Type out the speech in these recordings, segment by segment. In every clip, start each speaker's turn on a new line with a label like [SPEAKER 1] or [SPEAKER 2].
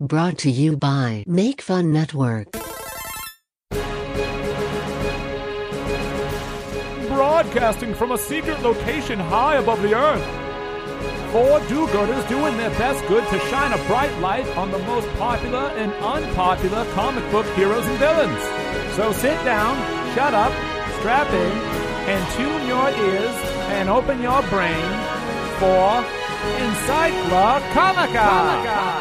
[SPEAKER 1] Brought to you by Make Fun Network.
[SPEAKER 2] broadcasting from a secret location high above the earth. Four do-gooders doing their best good to shine a bright light on the most popular and unpopular comic book heroes and villains. So sit down, shut up, strap in, and tune your ears and open your brain for Encycla Comica.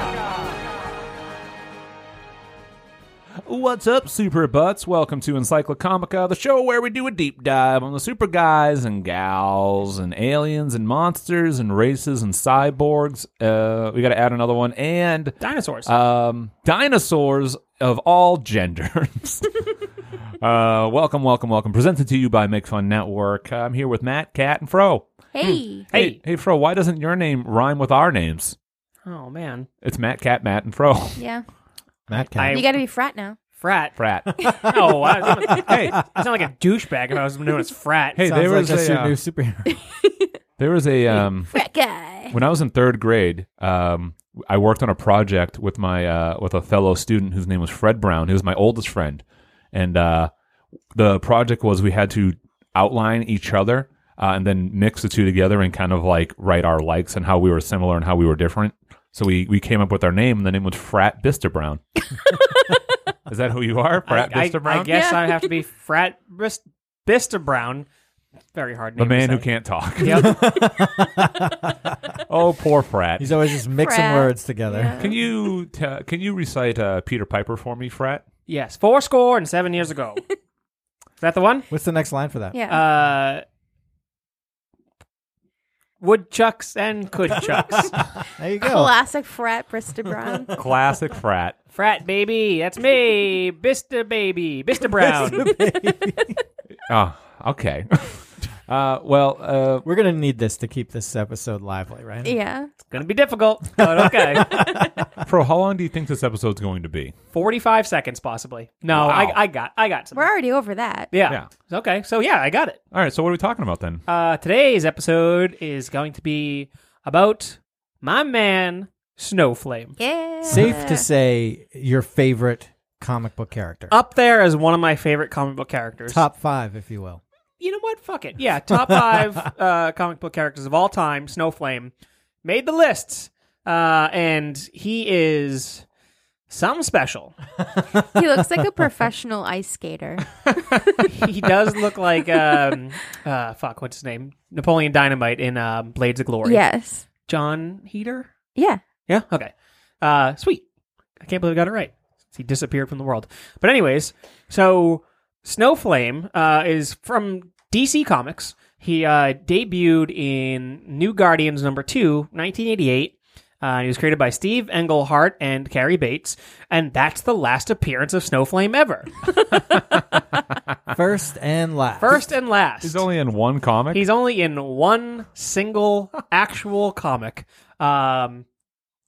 [SPEAKER 2] What's up, Super Butts? Welcome to Encyclocomica, the show where we do a deep dive on the super guys and gals and aliens and monsters and races and cyborgs. Uh, we got to add another one and
[SPEAKER 3] Dinosaurs.
[SPEAKER 2] um, dinosaurs of all genders. uh, welcome, welcome, welcome. Presented to you by Make Fun Network. I'm here with Matt, Kat, and Fro.
[SPEAKER 3] Hmm.
[SPEAKER 4] Hey.
[SPEAKER 2] Hey, hey, Fro. Why doesn't your name rhyme with our names?
[SPEAKER 3] oh man.
[SPEAKER 2] It's Matt, Cat, Matt, and Fro.
[SPEAKER 4] Yeah.
[SPEAKER 5] Matt
[SPEAKER 3] I-
[SPEAKER 4] You got to be frat now.
[SPEAKER 3] Frat.
[SPEAKER 2] Frat.
[SPEAKER 3] Oh, I,
[SPEAKER 2] hey,
[SPEAKER 3] I sound like a douchebag if I was known as frat.
[SPEAKER 2] hey.
[SPEAKER 5] Sounds
[SPEAKER 2] There
[SPEAKER 5] like
[SPEAKER 2] was
[SPEAKER 5] that's
[SPEAKER 2] a
[SPEAKER 5] your
[SPEAKER 2] uh,
[SPEAKER 5] new superhero.
[SPEAKER 2] there was a um,
[SPEAKER 4] Frat guy.
[SPEAKER 2] when I was in third grade, um, I worked on a project with my uh, with a fellow student whose name was Fred Brown. He was my oldest friend, and uh, the project was we had to outline each other uh, and then mix the two together and kind of like write our likes and how we were similar and how we were different. So we we came up with our name, and the name was Frat Bister Brown. Is that who you are, Frat
[SPEAKER 3] I, I,
[SPEAKER 2] Bister Brown?
[SPEAKER 3] I guess
[SPEAKER 4] Yeah.
[SPEAKER 3] I have to be frat Bis- Bista Brown. Very hard
[SPEAKER 2] the
[SPEAKER 3] name.
[SPEAKER 2] man
[SPEAKER 3] to
[SPEAKER 2] who can't talk.
[SPEAKER 3] say. Yep.
[SPEAKER 2] Oh, poor Frat.
[SPEAKER 5] He's always just mixing
[SPEAKER 4] Frat.
[SPEAKER 5] words together.
[SPEAKER 2] Can you t- can you recite uh, Peter Piper for me, Frat?
[SPEAKER 3] yes. Four score and seven years ago. Is that the one?
[SPEAKER 5] What's the next line for that?
[SPEAKER 4] Yeah.
[SPEAKER 3] Uh, woodchucks and coodchucks.
[SPEAKER 5] There you go.
[SPEAKER 4] Classic frat Brista Brown.
[SPEAKER 2] Classic Frat.
[SPEAKER 3] frat baby, that's me. Bista baby, Bista Brown.
[SPEAKER 2] Oh, okay. uh, well, uh,
[SPEAKER 5] We're gonna need this to keep this episode lively, right?
[SPEAKER 4] yeah.
[SPEAKER 3] Gonna be difficult, but okay.
[SPEAKER 2] Pro, how long do you think this episode's going to be?
[SPEAKER 3] 45 seconds possibly. No,
[SPEAKER 2] Wow.
[SPEAKER 3] I, I got I got some.
[SPEAKER 4] We're already over that.
[SPEAKER 3] Yeah. Okay. So yeah, I got it.
[SPEAKER 2] All right, so what are we talking about then?
[SPEAKER 3] Uh, today's episode is going to be about my man Snowflame.
[SPEAKER 4] Yeah.
[SPEAKER 5] Safe to say, your favorite comic book character,
[SPEAKER 3] Up there as one of my favorite comic book characters.
[SPEAKER 5] top five, if you will.
[SPEAKER 3] You know what? Fuck it. Yeah, top five uh, comic book characters of all time. Snowflame made the list, uh, and he is something special.
[SPEAKER 4] He looks like a professional ice skater.
[SPEAKER 3] he does look like um, uh, fuck. What's his name? Napoleon Dynamite in uh, Blades of Glory.
[SPEAKER 4] Yes.
[SPEAKER 3] John Heater.
[SPEAKER 4] Yeah.
[SPEAKER 3] Yeah. Okay. Uh, sweet. I can't believe I got it right. He disappeared from the world. But anyways, so Snowflame uh, is from DC Comics. He uh, debuted in New Guardians number two, 1988. Uh, he was created by Steve Englehart and Carrie Bates, and that's the last appearance of Snowflame ever.
[SPEAKER 5] First and last.
[SPEAKER 3] First and last.
[SPEAKER 2] He's only in one comic.
[SPEAKER 3] He's only in one single actual comic. Um,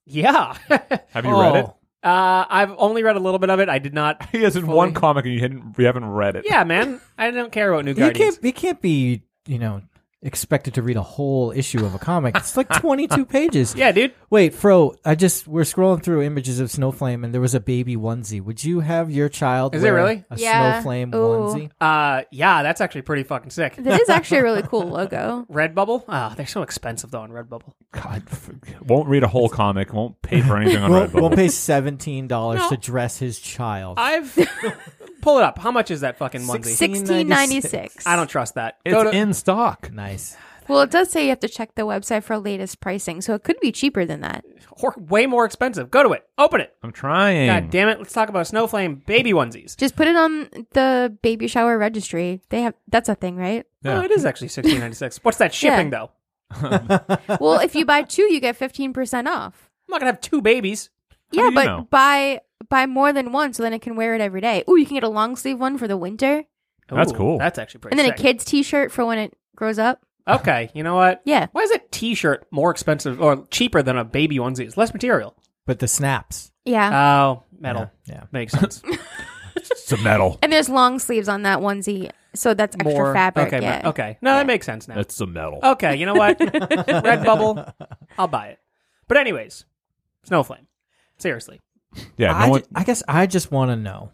[SPEAKER 3] yeah.
[SPEAKER 2] Have you read it?
[SPEAKER 3] Uh, I've only read a little bit of it. I did not.
[SPEAKER 2] He is in one comic, and you hadn't you haven't read it.
[SPEAKER 3] Yeah, man. I don't care about New
[SPEAKER 5] You
[SPEAKER 3] Guardians.
[SPEAKER 5] can't. You can't be. You know, expected to read a whole issue of a comic. It's like twenty-two pages.
[SPEAKER 3] Yeah, dude.
[SPEAKER 5] Wait, Fro. I just we're scrolling through images of Snowflame, and there was a baby onesie. Would you have your child?
[SPEAKER 3] Is it
[SPEAKER 5] wear
[SPEAKER 3] really?
[SPEAKER 5] a
[SPEAKER 4] Yeah.
[SPEAKER 5] Snowflame
[SPEAKER 4] Ooh.
[SPEAKER 5] onesie?
[SPEAKER 3] Uh, yeah, that's actually pretty fucking sick.
[SPEAKER 4] That is actually a really cool logo.
[SPEAKER 3] Redbubble. Ah, they're so expensive though on Redbubble.
[SPEAKER 2] God, f- won't read a whole comic. Won't pay for anything on
[SPEAKER 5] Won't, won't
[SPEAKER 2] Redbubble.
[SPEAKER 5] pay seventeen dollars to dress his child.
[SPEAKER 3] I've pull it up. How much is that fucking onesie?
[SPEAKER 5] Six-
[SPEAKER 4] 1696.
[SPEAKER 3] I don't trust that. Go
[SPEAKER 2] It's
[SPEAKER 3] to-
[SPEAKER 2] in stock.
[SPEAKER 5] nice.
[SPEAKER 4] Well, it does say you have to check the website for latest pricing, so it could be cheaper than that.
[SPEAKER 3] or way more expensive. Go to it. Open it.
[SPEAKER 2] I'm trying.
[SPEAKER 3] God damn it. Let's talk about Snowflame baby onesies.
[SPEAKER 4] Just put it on the baby shower registry. They have that's a thing, right?
[SPEAKER 2] Yeah.
[SPEAKER 3] Oh, it is actually sixteen ninety six. What's that shipping
[SPEAKER 4] Yeah.
[SPEAKER 3] though?
[SPEAKER 4] Well, if you buy two, you get 15% off.
[SPEAKER 3] I'm not gonna have two babies.
[SPEAKER 2] do
[SPEAKER 4] Yeah,
[SPEAKER 2] you
[SPEAKER 4] but
[SPEAKER 2] know?
[SPEAKER 4] buy buy more than one, so then I can wear it every day. Ooh, you can get a long sleeve one for the winter,
[SPEAKER 2] That's cool.
[SPEAKER 3] That's actually pretty.
[SPEAKER 4] and then a
[SPEAKER 3] sick.
[SPEAKER 4] kid's t shirt for when it grows up.
[SPEAKER 3] Okay, you know what?
[SPEAKER 4] Yeah.
[SPEAKER 3] Why is a T-shirt more expensive or cheaper than a baby onesie? It's less material.
[SPEAKER 5] But the snaps.
[SPEAKER 4] Yeah,
[SPEAKER 3] Oh, metal
[SPEAKER 5] Yeah.
[SPEAKER 3] makes sense.
[SPEAKER 2] It's a metal.
[SPEAKER 4] and there's long sleeves on that onesie, so that's extra
[SPEAKER 3] More
[SPEAKER 4] fabric.
[SPEAKER 3] Okay,
[SPEAKER 4] yeah.
[SPEAKER 3] ma- okay. No, that makes sense now.
[SPEAKER 2] That's a metal.
[SPEAKER 3] okay, you know what? Redbubble, I'll buy it. But anyways, Snowflame. Seriously,
[SPEAKER 2] Yeah, no
[SPEAKER 5] I,
[SPEAKER 2] one.
[SPEAKER 5] ju- I guess I just want to know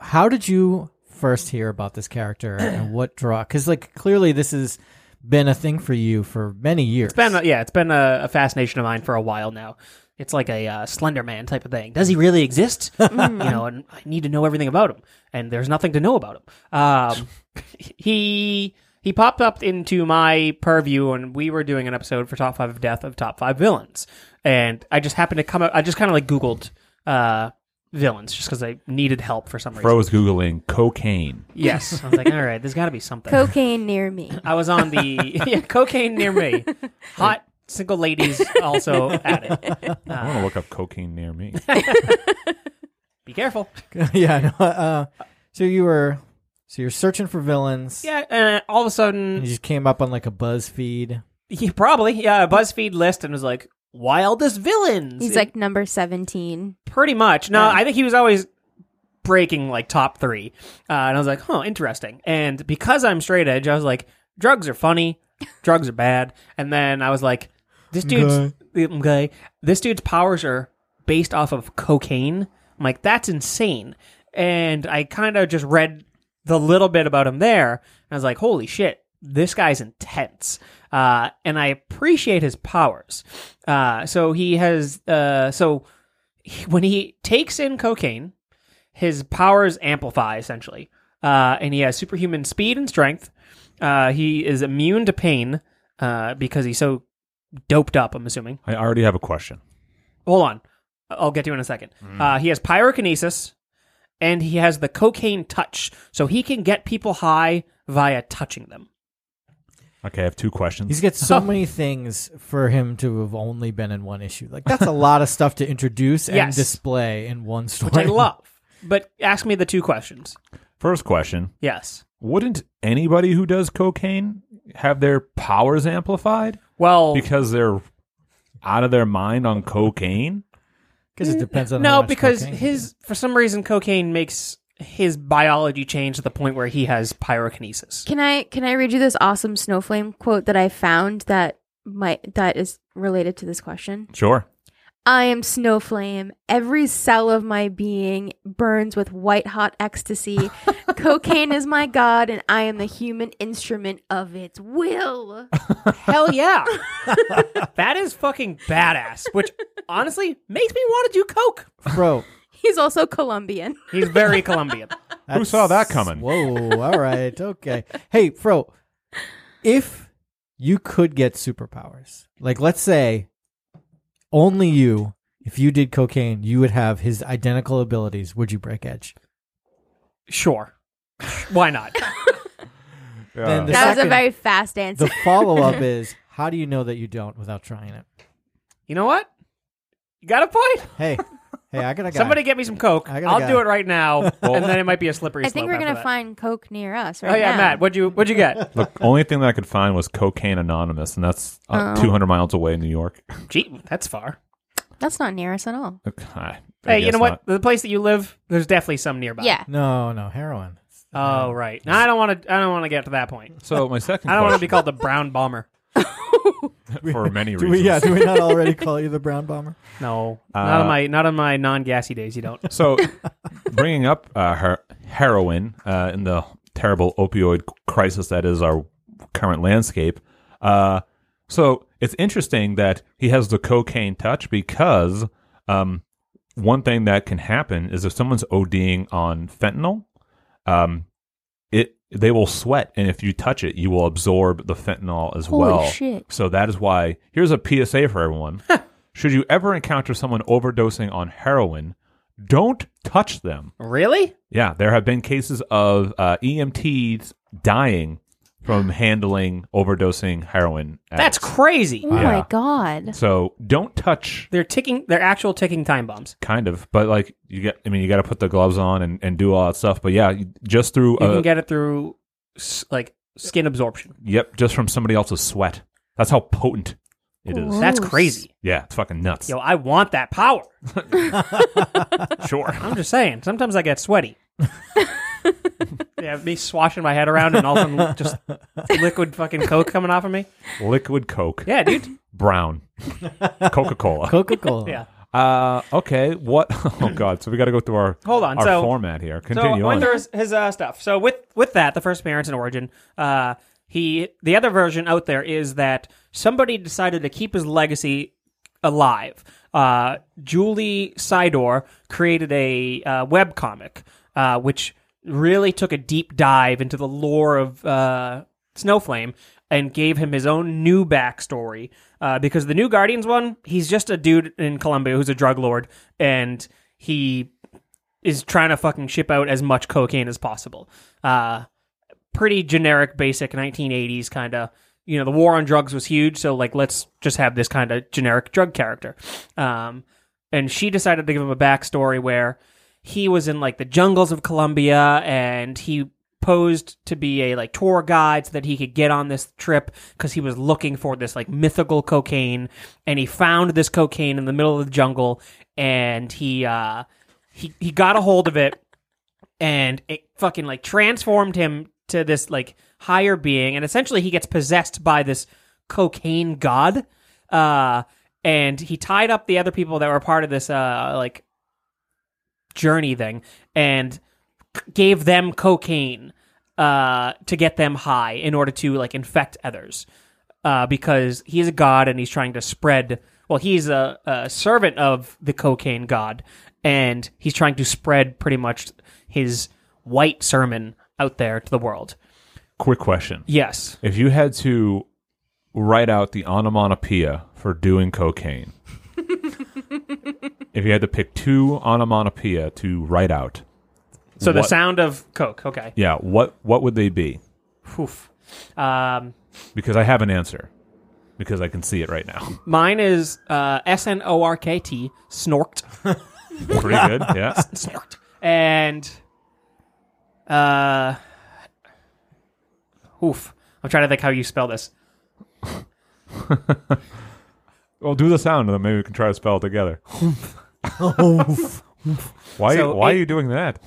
[SPEAKER 5] how did you first hear about this character and what draw? Because like clearly this has been a thing for you for many years.
[SPEAKER 3] It's been a- yeah, it's been a, a fascination of mine for a while now. It's like a uh, Slender Man type of thing. Does he really exist? you know, and I need to know everything about him, and there's nothing to know about him. Um, he he popped up into my purview, and we were doing an episode for Top Five of Death of Top Five Villains, and I just happened to come. up- I just kind of like Googled uh, villains just because I needed help for some reason.
[SPEAKER 2] Fro is googling cocaine.
[SPEAKER 3] Yes, I was like, all right, there's got to be something.
[SPEAKER 4] Cocaine near me.
[SPEAKER 3] I was on the yeah, cocaine near me. Hot single ladies also at it.
[SPEAKER 2] I want to look up cocaine near me.
[SPEAKER 3] Be careful.
[SPEAKER 5] yeah. I know. Uh, so you were so you're searching for villains.
[SPEAKER 3] Yeah, and all of a
[SPEAKER 5] And
[SPEAKER 3] sudden,
[SPEAKER 5] you just came up on like a BuzzFeed.
[SPEAKER 3] he probably yeah, a BuzzFeed list and was like wildest villains.
[SPEAKER 4] He's
[SPEAKER 3] It-
[SPEAKER 4] like number 17.
[SPEAKER 3] pretty much. No, I think he was always breaking like top three, uh, and I was like, huh, interesting. And because I'm straight edge, I was like, drugs are funny, drugs are bad. And then I was like, this dude's okay. This dude's powers are based off of cocaine. I'm like, that's insane. And I kind of just read the little bit about him there, and I was like, holy shit, this guy's intense. Uh, and I appreciate his powers. Uh, so he has, uh, so he- when he takes in cocaine, his powers amplify essentially, uh, and he has superhuman speed and strength. Uh, he is immune to pain uh, because he's so doped up. I'm assuming.
[SPEAKER 2] I already have a question.
[SPEAKER 3] Hold on, I- I'll get to it in a second. Uh, he has pyrokinesis, and he has the cocaine touch, so he can get people high via touching them.
[SPEAKER 2] Okay, I have two questions.
[SPEAKER 5] He's got so many things for him to have only been in one issue. Like that's a lot of stuff to introduce and
[SPEAKER 3] Yes.
[SPEAKER 5] display in one story.
[SPEAKER 3] Which I love. But ask me the two questions.
[SPEAKER 2] First question:
[SPEAKER 3] Yes.
[SPEAKER 2] Wouldn't anybody who does cocaine have their powers amplified
[SPEAKER 3] Well,
[SPEAKER 2] because they're out of their mind on cocaine?
[SPEAKER 5] Because it depends on how
[SPEAKER 3] no,
[SPEAKER 5] much
[SPEAKER 3] because
[SPEAKER 5] cocaine.
[SPEAKER 3] his for some reason cocaine makes his biology change to the point where he has pyrokinesis.
[SPEAKER 4] Can I can I read you this awesome snowflame quote that I found that might that is related to this question?
[SPEAKER 2] Sure.
[SPEAKER 4] I am Snowflame. Every cell of my being burns with white hot ecstasy. Cocaine is my god, and I am the human instrument of its will.
[SPEAKER 3] Hell yeah, that is fucking badass. Which honestly makes me want to do coke.
[SPEAKER 5] bro.
[SPEAKER 4] He's also Colombian.
[SPEAKER 3] He's very Colombian.
[SPEAKER 2] Who saw that coming?
[SPEAKER 5] Whoa! All right, okay. Hey, Fro, if you could get superpowers, like let's say only you, if you did cocaine, you would have his identical abilities. Would you break edge?
[SPEAKER 3] Sure, why not?
[SPEAKER 5] Then the
[SPEAKER 4] that was a
[SPEAKER 5] second-
[SPEAKER 4] very fast answer.
[SPEAKER 5] The follow up is how do you know that you don't without trying it?
[SPEAKER 3] You know what? You got a point.
[SPEAKER 5] Hey, hey, I gotta guy.
[SPEAKER 3] Somebody get me some coke.
[SPEAKER 5] I got a
[SPEAKER 3] I'll
[SPEAKER 5] guy.
[SPEAKER 3] do it right now, and then it might be a slippery.
[SPEAKER 4] I think
[SPEAKER 3] slope
[SPEAKER 4] we're
[SPEAKER 3] after
[SPEAKER 4] gonna
[SPEAKER 3] that.
[SPEAKER 4] find Coke near us right
[SPEAKER 3] Oh yeah,
[SPEAKER 4] now.
[SPEAKER 3] Matt. What'd you What'd you get?
[SPEAKER 2] the only thing that I could find was Cocaine Anonymous, and that's
[SPEAKER 3] Oh.
[SPEAKER 2] uh, 200 miles away in New York.
[SPEAKER 3] Gee, that's far.
[SPEAKER 4] That's not near us at all.
[SPEAKER 2] Okay, I
[SPEAKER 3] Hey, you
[SPEAKER 2] guess
[SPEAKER 3] know what?
[SPEAKER 2] not.
[SPEAKER 3] The place that you live, there's definitely some nearby.
[SPEAKER 4] Yeah.
[SPEAKER 5] No, no heroin.
[SPEAKER 3] Oh right. No, I don't want to. I don't want to get to that point.
[SPEAKER 2] So my second
[SPEAKER 3] I don't want to be
[SPEAKER 2] question,
[SPEAKER 3] called the brown bomber.
[SPEAKER 2] for many
[SPEAKER 5] Do
[SPEAKER 2] reasons.
[SPEAKER 5] we? Yeah. Do we not already call you the brown bomber?
[SPEAKER 3] No, not
[SPEAKER 2] Uh,
[SPEAKER 3] on my not on my non-gassy days. You don't.
[SPEAKER 2] So, bringing up uh, her heroin uh, in the terrible opioid crisis that is our current landscape. Uh, so it's interesting that he has the cocaine touch because um, one thing that can happen is if someone's ODing on fentanyl, um, it they will sweat, and if you touch it, you will absorb the fentanyl as
[SPEAKER 4] Holy
[SPEAKER 2] well.
[SPEAKER 4] shit.
[SPEAKER 2] So that is why here's a PSA for everyone. Should you ever encounter someone overdosing on heroin, don't touch them.
[SPEAKER 3] Really?
[SPEAKER 2] Yeah, there have been cases of uh, EMTs dying from handling overdosing heroin.
[SPEAKER 3] That's
[SPEAKER 2] addicts.
[SPEAKER 3] crazy.
[SPEAKER 4] Oh
[SPEAKER 2] Yeah.
[SPEAKER 4] my god.
[SPEAKER 2] so don't touch.
[SPEAKER 3] They're ticking. They're actual ticking time bombs.
[SPEAKER 2] Kind of, but like you get. I mean, you got to put the gloves on and, and do all that stuff. But yeah, you- just through.
[SPEAKER 3] You
[SPEAKER 2] uh,
[SPEAKER 3] can get it through s- like skin absorption.
[SPEAKER 2] yep, just from somebody else's sweat. That's how potent it is.
[SPEAKER 4] Whoa.
[SPEAKER 3] That's
[SPEAKER 4] Gross.
[SPEAKER 3] crazy.
[SPEAKER 2] Yeah, it's fucking nuts.
[SPEAKER 3] Yo, I want that power.
[SPEAKER 2] Sure.
[SPEAKER 3] I'm just saying. Sometimes I get sweaty. yeah, me swashing my head around and all of a sudden just liquid fucking coke coming off of me.
[SPEAKER 2] Liquid Coke.
[SPEAKER 3] Yeah, dude.
[SPEAKER 2] Brown. Coca Cola.
[SPEAKER 5] Coca Cola.
[SPEAKER 3] Yeah.
[SPEAKER 2] Uh, okay. What? Oh God. So we got to go through our
[SPEAKER 3] Hold on,
[SPEAKER 2] our
[SPEAKER 3] so-
[SPEAKER 2] format here. Continue
[SPEAKER 3] so
[SPEAKER 2] on.
[SPEAKER 3] through his, his uh, stuff. So with with that, the first appearance and origin, uh, he the other version out there is that somebody decided to keep his legacy alive. Uh, Julie Sidor created a uh, web comic uh, which really took a deep dive into the lore of uh, Snowflame and gave him his own new backstory. Uh, because the new Guardians one, he's just a dude in Colombia who's a drug lord, and he is trying to fucking ship out as much cocaine as possible. Uh, pretty generic, basic 1980s kind of. You know, the war on drugs was huge, so like, let's just have this kind of generic drug character. Um, and she decided to give him a backstory where he was in like the jungles of Colombia and he posed to be a like tour guide so that he could get on this trip because he was looking for this like mythical cocaine and he found this cocaine in the middle of the jungle and he uh he he got a hold of it and it fucking like transformed him to this like higher being and essentially he gets possessed by this cocaine god uh and he tied up the other people that were part of this uh like journey thing and c- gave them cocaine uh to get them high in order to like infect others uh because he's a god and he's trying to spread well he's a, a servant of the cocaine god and he's trying to spread pretty much his white sermon out there to the world
[SPEAKER 2] Quick question:
[SPEAKER 3] yes
[SPEAKER 2] If you had to write out the onomatopoeia for doing cocaine, if you had to pick two onomatopoeia to write out,
[SPEAKER 3] so the
[SPEAKER 2] What-
[SPEAKER 3] sound of coke okay
[SPEAKER 2] yeah, what what would they be?
[SPEAKER 3] Oof. um
[SPEAKER 2] Because I have an answer. Because I can see it right now.
[SPEAKER 3] mine is uh s-n-o-r-k-t snorked
[SPEAKER 2] Pretty good. Yeah.
[SPEAKER 3] snorked and uh oof i'm trying to think how you spell this
[SPEAKER 2] Well, do the sound, and then maybe we can try to spell it together.
[SPEAKER 5] Oh,
[SPEAKER 2] why?
[SPEAKER 3] So
[SPEAKER 2] why
[SPEAKER 3] it-
[SPEAKER 2] are you doing that?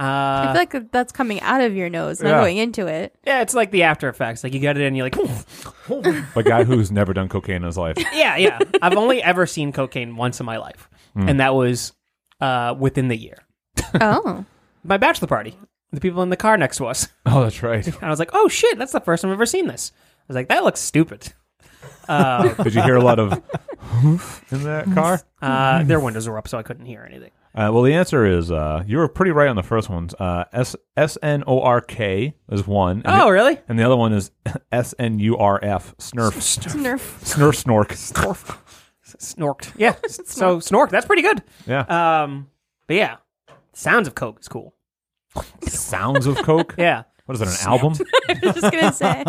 [SPEAKER 3] uh
[SPEAKER 4] I feel like that's coming out of your nose, not
[SPEAKER 2] yeah.
[SPEAKER 4] going into it.
[SPEAKER 3] yeah it's like the after effects like you get it in you're like
[SPEAKER 2] A guy who's never done cocaine in his life.
[SPEAKER 3] yeah, yeah. I've only ever seen cocaine once in my life, and that was uh, within the year.
[SPEAKER 4] Oh,
[SPEAKER 3] My bachelor party, the people in the car next to us,
[SPEAKER 2] Oh, that's right.
[SPEAKER 3] and I was like, "Oh shit, that's the first time I've ever seen this." I was like, "That looks stupid." Uh,
[SPEAKER 2] Did you hear a lot of in that car?
[SPEAKER 3] uh, their windows were up, so I couldn't hear anything.
[SPEAKER 2] Uh, well, the answer is uh, you were pretty right on the first ones. Uh, S S N O R K is one. And
[SPEAKER 3] Oh,
[SPEAKER 2] the,
[SPEAKER 3] really?
[SPEAKER 2] and the other one is S N U R F. Snurf.
[SPEAKER 4] Nerf.
[SPEAKER 2] Snurf snork.
[SPEAKER 3] Snorf. Snorked. Yeah. So snork. That's pretty good.
[SPEAKER 2] Yeah.
[SPEAKER 3] Um, but yeah, sounds of coke is cool.
[SPEAKER 2] Sounds of coke.
[SPEAKER 3] Yeah.
[SPEAKER 2] What is it? An album?
[SPEAKER 4] I was just gonna say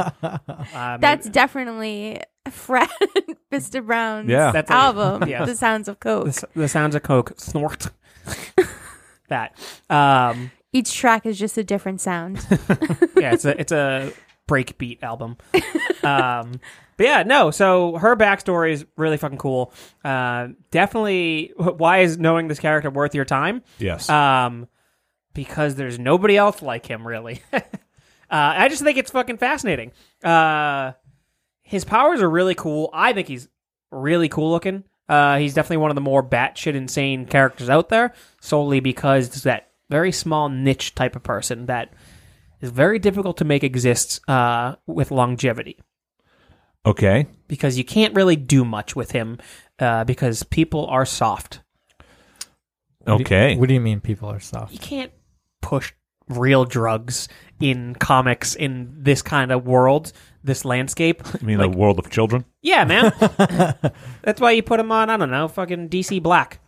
[SPEAKER 3] Um,
[SPEAKER 4] that's definitely Fred Vista Brown's
[SPEAKER 2] Yeah.
[SPEAKER 3] That's a-
[SPEAKER 4] album,
[SPEAKER 3] yeah.
[SPEAKER 4] The Sounds of Coke.
[SPEAKER 3] the, s- the sounds of coke. Snorked. that. Um,
[SPEAKER 4] Each track is just a different sound.
[SPEAKER 3] yeah, it's a it's a breakbeat album. Um, but yeah, no. So her backstory is really fucking cool. Uh, definitely, wh- why is knowing this character worth your time?
[SPEAKER 2] Yes.
[SPEAKER 3] Um, because there's nobody else like him, really. uh, I just think it's fucking fascinating. Uh, his powers are really cool. I think he's really cool looking. Uh, he's definitely one of the more batshit insane characters out there, solely because it's that very small niche type of person that is very difficult to make exist uh, with longevity
[SPEAKER 2] okay.
[SPEAKER 3] because you can't really do much with him uh, because people are soft.
[SPEAKER 2] Okay.
[SPEAKER 5] What do you mean people are
[SPEAKER 3] you
[SPEAKER 5] soft?
[SPEAKER 3] can't push real drugs in comics in this kind of world, this landscape.
[SPEAKER 2] You mean the world of children?
[SPEAKER 3] Yeah, man. That's why you put him on, I don't know, fucking DC Black.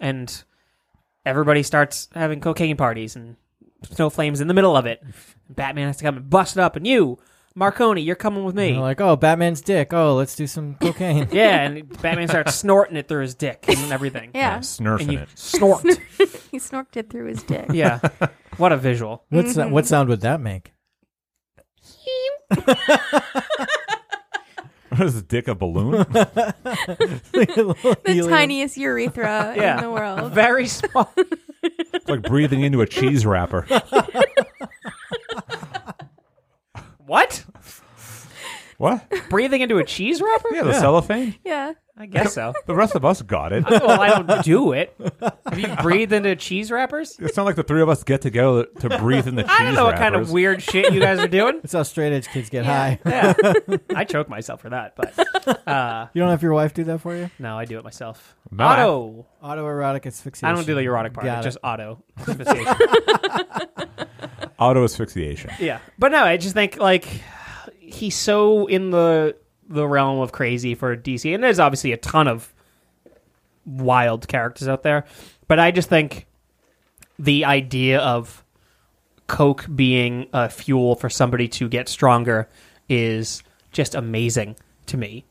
[SPEAKER 3] And everybody starts having cocaine parties and Snowflame's in the middle of it. Batman has to come and bust it up. And you, Marconi, you're coming with me.
[SPEAKER 5] They're like, oh, Batman's dick. Oh, let's do some cocaine.
[SPEAKER 3] yeah, and Batman starts snorting it through his dick and everything.
[SPEAKER 4] Yeah,
[SPEAKER 2] Snurfing
[SPEAKER 3] And you
[SPEAKER 2] it.
[SPEAKER 3] snort.
[SPEAKER 4] he snorked it through his dick.
[SPEAKER 3] Yeah. What a visual.
[SPEAKER 5] What's that, what sound would that make?
[SPEAKER 2] What is the dick a balloon?
[SPEAKER 5] the
[SPEAKER 4] The tiniest urethra
[SPEAKER 3] Yeah.
[SPEAKER 4] in the world.
[SPEAKER 3] Very small.
[SPEAKER 2] It's like breathing into a cheese wrapper.
[SPEAKER 3] What?
[SPEAKER 2] What?
[SPEAKER 3] breathing into a cheese wrapper?
[SPEAKER 2] Yeah, the cellophane.
[SPEAKER 4] Yeah.
[SPEAKER 3] I guess so.
[SPEAKER 2] The rest of us got it.
[SPEAKER 3] I- well, I don't do it. Have you breathed into cheese wrappers?
[SPEAKER 2] It's not like the three of us get together to breathe in the cheese
[SPEAKER 3] I don't know what kind of
[SPEAKER 2] wrappers.
[SPEAKER 3] weird shit you guys are doing.
[SPEAKER 5] It's how straight edge kids get
[SPEAKER 4] Yeah.
[SPEAKER 5] high.
[SPEAKER 3] Yeah. I choke myself for that, but uh,
[SPEAKER 5] You don't have your wife do that for you?
[SPEAKER 3] no, I do it myself.
[SPEAKER 2] No, I-
[SPEAKER 3] auto.
[SPEAKER 5] Autoerotic asphyxiation.
[SPEAKER 3] I don't do the erotic part.
[SPEAKER 5] Got
[SPEAKER 3] it's
[SPEAKER 5] it.
[SPEAKER 3] just auto. asphyxiation.
[SPEAKER 2] auto asphyxiation.
[SPEAKER 3] yeah, but no, I just think like he's so in the the realm of crazy for DC, and there's obviously a ton of wild characters out there, but I just think the idea of coke being a fuel for somebody to get stronger is just amazing to me.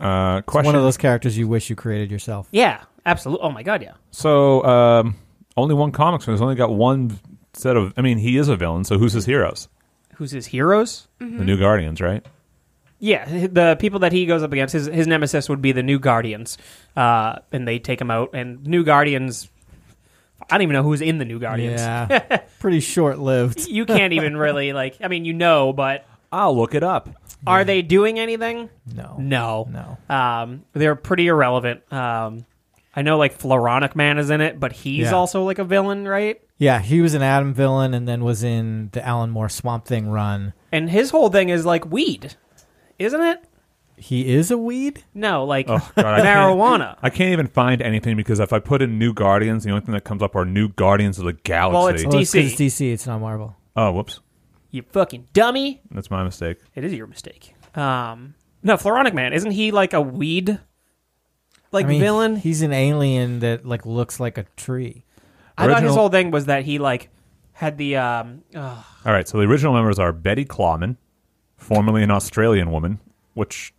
[SPEAKER 2] Uh,
[SPEAKER 5] It's
[SPEAKER 2] question.
[SPEAKER 5] one of those characters you wish you created yourself.
[SPEAKER 3] Yeah, absolutely. Oh my god, yeah.
[SPEAKER 2] so um, only one comics man. He's only got one set of. I mean, he is a villain. So who's his heroes?
[SPEAKER 3] Who's his heroes?
[SPEAKER 2] The New Guardians, right?
[SPEAKER 3] Yeah, the people that he goes up against, his his nemesis would be the New Guardians, uh, and they take him out. And New Guardians, I don't even know who's in the New Guardians.
[SPEAKER 5] Yeah. Pretty short lived.
[SPEAKER 3] You can't even really like. I mean, you know, but
[SPEAKER 2] I'll look it up.
[SPEAKER 3] are they doing anything?
[SPEAKER 5] No.
[SPEAKER 3] No,
[SPEAKER 5] No.
[SPEAKER 3] Um, they're pretty irrelevant. Um, I know like Floronic Man is in it, but he's
[SPEAKER 5] Yeah.
[SPEAKER 3] also like a villain, right?
[SPEAKER 5] Yeah, he was an Adam villain and then was in the Alan Moore Swamp Thing run.
[SPEAKER 3] And his whole thing is like weed, isn't it?
[SPEAKER 5] He is a weed?
[SPEAKER 3] No, like
[SPEAKER 2] Oh God, I can't,
[SPEAKER 3] marijuana.
[SPEAKER 2] I can't even find anything because if I put in New Guardians, the only thing that comes up are New Guardians of the
[SPEAKER 3] Well, it's
[SPEAKER 2] Galaxy.
[SPEAKER 5] Well, Oh, it's 'cause
[SPEAKER 3] DC.
[SPEAKER 5] It's DC, it's not Marvel.
[SPEAKER 2] oh, whoops,
[SPEAKER 3] You fucking dummy.
[SPEAKER 2] that's my mistake.
[SPEAKER 3] It is your mistake. Um, no, Floronic Man isn't he like a weed, like
[SPEAKER 5] I mean,
[SPEAKER 3] villain?
[SPEAKER 5] He's an alien that like looks like a tree.
[SPEAKER 3] I thought his
[SPEAKER 2] original-
[SPEAKER 3] whole thing was that he like had the um. ugh.
[SPEAKER 2] All right, so the original members are Betty Clawman, formerly an Australian woman, which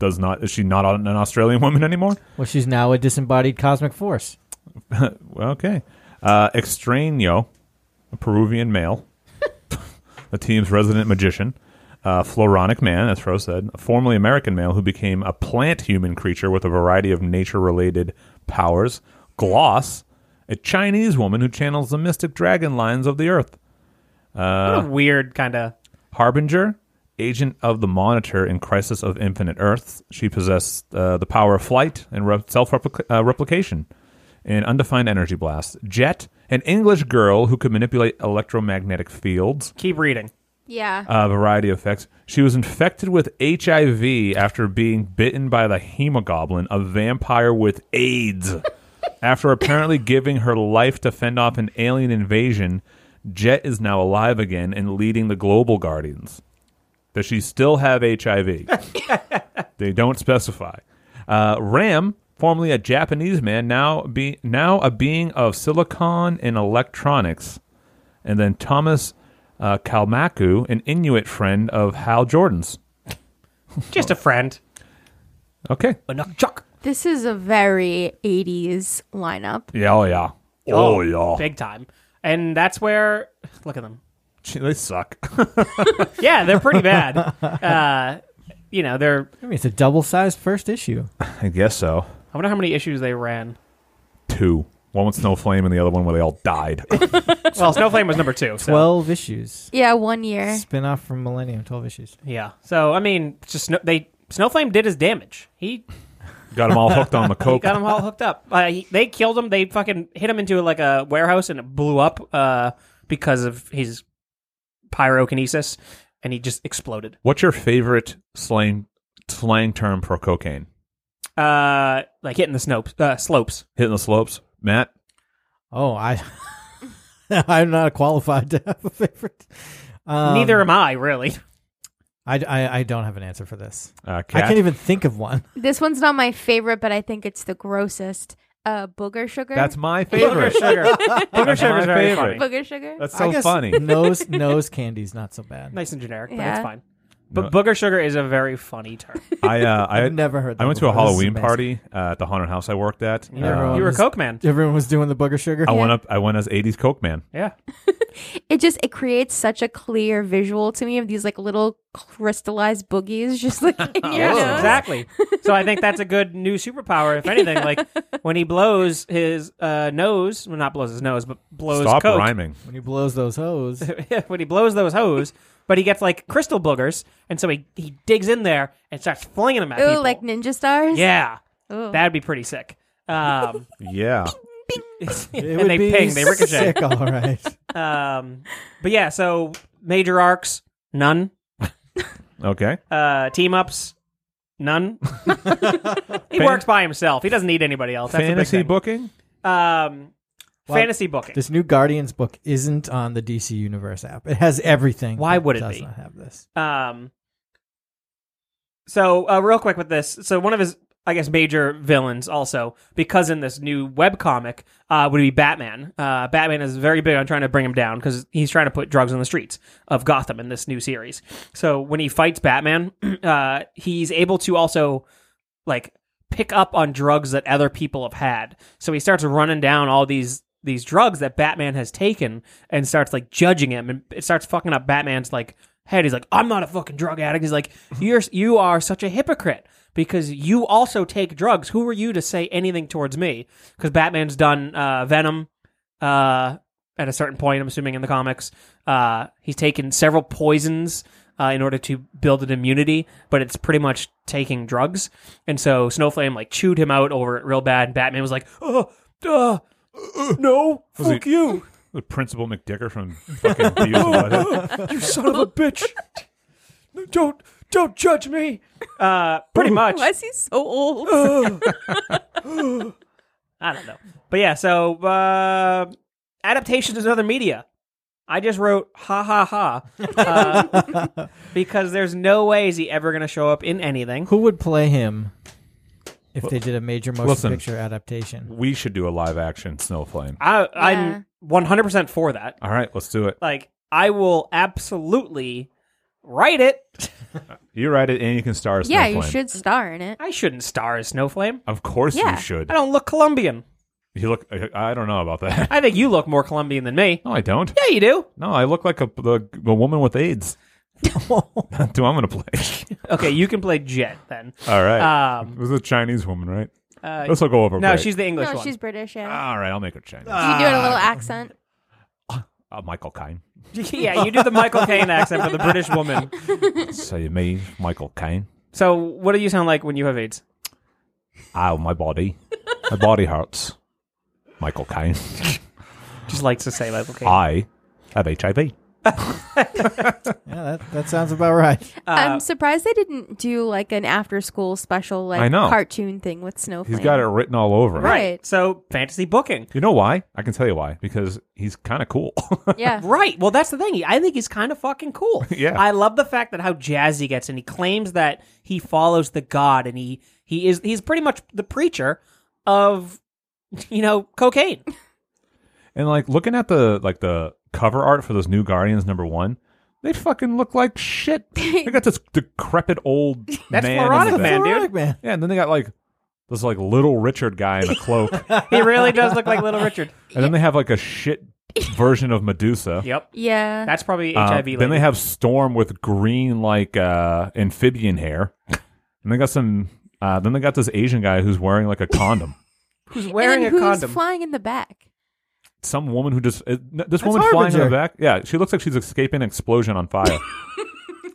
[SPEAKER 2] does not is she not an Australian woman anymore?
[SPEAKER 5] Well, she's now a disembodied cosmic force.
[SPEAKER 2] Well, okay. Uh, Extraño, a Peruvian male, the team's resident magician. Uh, Floronic man, as Fro said, a formerly American male who became a plant human creature with a variety of nature related powers. Gloss, a Chinese woman who channels the mystic dragon lines of the earth.
[SPEAKER 3] what
[SPEAKER 2] Uh.
[SPEAKER 3] a weird kind of.
[SPEAKER 2] Harbinger, agent of the Monitor in Crisis of Infinite Earths. She possessed uh, the power of flight and re- self uh, replication and undefined energy blast. Jet, an English girl who could manipulate electromagnetic fields,
[SPEAKER 3] Keep reading.
[SPEAKER 4] Yeah.
[SPEAKER 3] Uh.
[SPEAKER 2] a variety of effects. She was infected with HIV after being bitten by the Hemogoblin, a vampire with AIDS. after apparently giving her life to fend off an alien invasion, Jet is now alive again and leading the Global Guardians. Does she still have HIV? they don't specify. Uh, Ram, formerly a Japanese man, now be now a being of silicon and electronics, and then Thomas uh, Kalmaku, an Inuit friend of Hal Jordan's.
[SPEAKER 3] Just a friend.
[SPEAKER 2] Okay.
[SPEAKER 3] Enough chuck.
[SPEAKER 4] This is a very 80s lineup.
[SPEAKER 2] Yeah. Oh yeah. Oh, yeah.
[SPEAKER 3] Big time. And that's where look at them.
[SPEAKER 2] Gee, They suck.
[SPEAKER 3] Yeah, they're pretty bad. uh, you know, they're.
[SPEAKER 5] I mean, it's a double sized first issue.
[SPEAKER 2] I guess so.
[SPEAKER 3] I wonder how many issues they ran.
[SPEAKER 2] Two. One with Snow Flame and the other one where they all died.
[SPEAKER 3] Well, Snowflame was number two. So.
[SPEAKER 5] 12 issues.
[SPEAKER 4] Yeah, one year.
[SPEAKER 5] Spin off from Millennium, 12 issues.
[SPEAKER 3] yeah. So I mean, it's just Snow- they Snowflame did his damage. He
[SPEAKER 2] Got them all hooked on the coke.
[SPEAKER 3] got them all hooked up. Uh, he- they killed him. They fucking hit him into like a warehouse and it blew up uh, because of his pyrokinesis, and he just exploded.
[SPEAKER 2] What's your favorite slang slang term for cocaine?
[SPEAKER 3] Uh, like hitting the snopes, uh, slopes.
[SPEAKER 2] Hitting the slopes, Matt.
[SPEAKER 5] Oh, I. I'm not qualified to have a favorite. Um,
[SPEAKER 3] Neither am I really.
[SPEAKER 5] I, I. I don't have an answer for this.
[SPEAKER 2] Uh,
[SPEAKER 5] I
[SPEAKER 2] Kat?
[SPEAKER 5] can't even think of one.
[SPEAKER 4] This one's not my favorite, but I think it's the grossest. Uh, booger sugar.
[SPEAKER 2] That's my favorite.
[SPEAKER 3] sugar. Booger
[SPEAKER 2] That's
[SPEAKER 3] sugar
[SPEAKER 2] my
[SPEAKER 3] is very
[SPEAKER 2] favorite.
[SPEAKER 3] funny.
[SPEAKER 4] booger sugar.
[SPEAKER 2] That's
[SPEAKER 5] I
[SPEAKER 2] so
[SPEAKER 5] guess
[SPEAKER 2] funny.
[SPEAKER 5] Nose nose candy's not so bad.
[SPEAKER 3] Nice and generic, but it's
[SPEAKER 4] Yeah.
[SPEAKER 3] fine.
[SPEAKER 2] No.
[SPEAKER 3] But booger sugar is a very funny term.
[SPEAKER 2] I uh, I
[SPEAKER 5] I've never heard. That
[SPEAKER 2] I went to a
[SPEAKER 5] before. This is
[SPEAKER 2] Halloween
[SPEAKER 5] amazing.
[SPEAKER 2] party uh, at the haunted house I worked at.
[SPEAKER 5] Yeah,
[SPEAKER 2] Uh,
[SPEAKER 5] everyone
[SPEAKER 3] you were
[SPEAKER 5] was-
[SPEAKER 3] Coke man.
[SPEAKER 5] Everyone was doing the booger sugar.
[SPEAKER 2] I went up. I went as '80s coke man.
[SPEAKER 3] Yeah.
[SPEAKER 4] it just it creates such a clear visual to me of these like little crystallized boogies just like in your
[SPEAKER 3] Yes,
[SPEAKER 4] nose.
[SPEAKER 3] exactly. So I think that's a good new superpower, if anything. Like when he blows his uh, nose, well, not blows his nose, but blows
[SPEAKER 2] Stop
[SPEAKER 3] coke.
[SPEAKER 2] rhyming.
[SPEAKER 5] When he blows those hose,
[SPEAKER 3] when he blows those hose, but he gets like crystal boogers, and so he, he digs in there and starts flinging them at
[SPEAKER 4] Ooh,
[SPEAKER 3] people.
[SPEAKER 4] like ninja stars.
[SPEAKER 3] yeah,
[SPEAKER 4] Ooh.
[SPEAKER 3] that'd be pretty sick. Um,
[SPEAKER 2] Yeah.
[SPEAKER 5] It
[SPEAKER 3] and
[SPEAKER 5] would
[SPEAKER 3] they
[SPEAKER 5] be
[SPEAKER 3] ping, they ricochet.
[SPEAKER 5] Sick, all right.
[SPEAKER 3] Um, but yeah, so major arcs, none.
[SPEAKER 2] Okay.
[SPEAKER 3] Uh, team ups, none. he works by himself. He doesn't need anybody else. That's the big
[SPEAKER 2] Fantasy
[SPEAKER 3] thing.
[SPEAKER 2] booking.
[SPEAKER 3] Um,
[SPEAKER 5] Well,
[SPEAKER 3] fantasy booking.
[SPEAKER 5] This new Guardians book isn't on the DC Universe app. It has everything.
[SPEAKER 3] Why
[SPEAKER 5] that
[SPEAKER 3] would it
[SPEAKER 5] does
[SPEAKER 3] be?
[SPEAKER 5] not have this.
[SPEAKER 3] Um, so uh, real quick with this, so one of his, I guess, major villains also, because in this new webcomic, uh, would be Batman. Uh, Batman is very big on trying to bring him down because he's trying to put drugs on the streets of Gotham in this new series. So when he fights Batman, uh, he's able to also like pick up on drugs that other people have had. So he starts running down all these these drugs that Batman has taken and starts like judging him and it starts fucking up Batman's like head. He's like, "I'm not a fucking drug addict." He's like, "You're you are such a hypocrite because you also take drugs. Who are you to say anything towards me?" Cuz Batman's done uh Venom uh at a certain point, I'm assuming in the comics, uh, he's taken several poisons uh, in order to build an immunity, but it's pretty much taking drugs. And so Snowflame like chewed him out over it real bad. And Batman was like, "Oh, uh, no,
[SPEAKER 2] Was he-
[SPEAKER 3] fuck you,
[SPEAKER 2] The principal McDicker from fucking Beavis and Butthead.
[SPEAKER 3] you son of a bitch! Don't don't judge me." Uh, pretty much.
[SPEAKER 4] Why is he so old?
[SPEAKER 3] I don't know. But yeah, so uh, adaptations in other media. I just wrote ha ha ha uh, because there's no way is he ever going to show up in anything.
[SPEAKER 5] Who would play him if they did a major motion
[SPEAKER 2] listen.
[SPEAKER 5] picture adaptation?
[SPEAKER 2] We should do a live action Snowflame.
[SPEAKER 3] I,
[SPEAKER 4] Yeah.
[SPEAKER 3] I'm 100% for that.
[SPEAKER 2] All right, let's do it.
[SPEAKER 3] Like, I will absolutely write it.
[SPEAKER 2] You write it, and you can star as
[SPEAKER 4] yeah,
[SPEAKER 2] Snowflame.
[SPEAKER 4] you should star in it.
[SPEAKER 3] I shouldn't star as Snowflame.
[SPEAKER 2] Of course
[SPEAKER 4] Yeah.
[SPEAKER 2] you should.
[SPEAKER 3] I don't look Colombian.
[SPEAKER 2] You look. I- I don't know about that.
[SPEAKER 3] I think you look more Colombian than me.
[SPEAKER 2] No, I don't.
[SPEAKER 3] Yeah, you do.
[SPEAKER 2] No, I look like a the, a woman with AIDS. That's who I'm gonna play.
[SPEAKER 3] Okay, you can play Jet then.
[SPEAKER 2] All right.
[SPEAKER 3] Um,
[SPEAKER 2] this is a Chinese woman, right?
[SPEAKER 3] Uh,
[SPEAKER 2] This will go over.
[SPEAKER 3] no,
[SPEAKER 2] great.
[SPEAKER 3] she's the English
[SPEAKER 4] Uh, No,
[SPEAKER 3] one.
[SPEAKER 4] she's British. Yeah,
[SPEAKER 2] All right, I'll make her Chinese.
[SPEAKER 4] you can do it in a little accent.
[SPEAKER 2] Uh, Michael Caine.
[SPEAKER 3] yeah, you do the Michael Caine accent for the British woman.
[SPEAKER 2] Say me, Michael Caine.
[SPEAKER 3] So, what do you sound like when you have AIDS?
[SPEAKER 2] Ow, my body. My body hurts. Michael Caine.
[SPEAKER 3] Just likes to say Michael Caine.
[SPEAKER 2] I have HIV.
[SPEAKER 5] Yeah, that, that sounds about right.
[SPEAKER 4] I'm surprised they didn't do like an after-school special, like
[SPEAKER 2] I know.
[SPEAKER 4] cartoon thing with Snowflake.
[SPEAKER 2] He's got it written all over.
[SPEAKER 4] Right.
[SPEAKER 3] So, fantasy booking.
[SPEAKER 2] You know why? I can tell you why. Because he's kind of cool.
[SPEAKER 4] Yeah,
[SPEAKER 3] Right. Well, that's the thing. I think he's kind of fucking cool.
[SPEAKER 2] Yeah.
[SPEAKER 3] I love the fact that how jazzy he gets, and he claims that he follows the God, and he he is he's pretty much the preacher of you know cocaine.
[SPEAKER 2] and like looking at the like the cover art for those new Guardians number one, they fucking look like shit. they got this decrepit old man.
[SPEAKER 3] That's
[SPEAKER 2] in
[SPEAKER 3] Floronic
[SPEAKER 2] the back.
[SPEAKER 3] Man, dude.
[SPEAKER 5] Floronic Man.
[SPEAKER 2] Yeah, and then they got like this like little Richard guy in a cloak, and
[SPEAKER 3] He really does look like Little Richard.
[SPEAKER 2] then they have like a shit version of Medusa.
[SPEAKER 3] Yep.
[SPEAKER 4] yeah.
[SPEAKER 3] That's probably
[SPEAKER 2] Uh,
[SPEAKER 3] HIV.
[SPEAKER 2] then they
[SPEAKER 3] lady.
[SPEAKER 2] have Storm with green like uh, amphibian hair, and they got some. Uh, then they got this Asian guy who's wearing like a condom.
[SPEAKER 3] who's
[SPEAKER 4] and
[SPEAKER 3] wearing
[SPEAKER 4] then
[SPEAKER 3] a
[SPEAKER 4] who's
[SPEAKER 3] condom.
[SPEAKER 4] flying in the back?
[SPEAKER 2] Some woman who just uh, n- this woman flying in
[SPEAKER 5] Harbinger.
[SPEAKER 2] the back. Yeah, she looks like she's escaping an explosion on fire.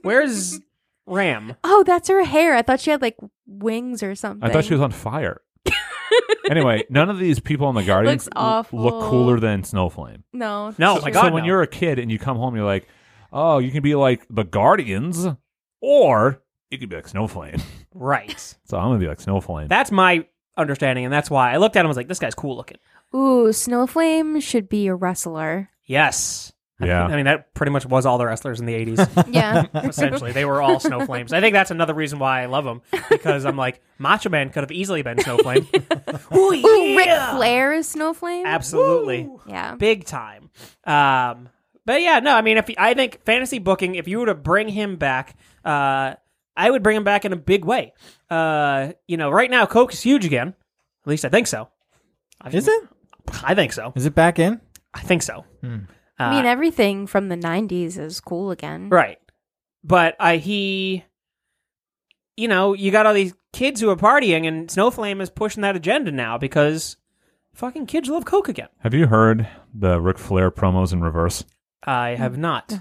[SPEAKER 3] Where's Ram?
[SPEAKER 4] Oh, that's her hair. I thought she had like wings or something.
[SPEAKER 2] I thought she was on fire. anyway, none of these people on the Guardians
[SPEAKER 4] Looks
[SPEAKER 2] l- look
[SPEAKER 4] awful.
[SPEAKER 2] cooler than Snowflame.
[SPEAKER 4] no.
[SPEAKER 3] No, Oh
[SPEAKER 4] for
[SPEAKER 3] my
[SPEAKER 4] sure.
[SPEAKER 3] God,
[SPEAKER 2] so when
[SPEAKER 3] no.
[SPEAKER 2] you're a kid and you come home, you're like, oh, you can be like the Guardians, or you could be like Snowflame.
[SPEAKER 3] Right.
[SPEAKER 2] So I'm gonna be like Snowflame.
[SPEAKER 3] That's my understanding, and that's why I looked at him. I was like, this guy's cool looking.
[SPEAKER 4] Ooh, Snowflame should be a wrestler.
[SPEAKER 3] Yes.
[SPEAKER 2] Yeah.
[SPEAKER 3] I mean, that pretty much was all the wrestlers in the 80s,
[SPEAKER 4] Yeah.
[SPEAKER 3] essentially. They were all Snowflames. I think that's another reason why I love them, because I'm like, Macho Man could have easily been Snowflame. Ooh,
[SPEAKER 4] Ooh, Ric
[SPEAKER 3] yeah!
[SPEAKER 4] Flair is Snowflame.
[SPEAKER 3] Absolutely.
[SPEAKER 4] yeah.
[SPEAKER 3] Big time. Um, but yeah, no, I mean, if I think fantasy booking, if you were to bring him back, uh, I would bring him back in a big way. Uh, you know, right now, Coke is huge again. At least I think so. I-
[SPEAKER 5] Is it?
[SPEAKER 3] I think so.
[SPEAKER 5] Is it back in?
[SPEAKER 3] I think so.
[SPEAKER 4] I mean, everything from the '90s is cool again.
[SPEAKER 3] Right. But I he you know, you got all these kids who are partying and Snowflame is pushing that agenda now because fucking kids love coke again.
[SPEAKER 2] Have you heard the Ric Flair promos in reverse?
[SPEAKER 4] Uh-huh.
[SPEAKER 3] I have not.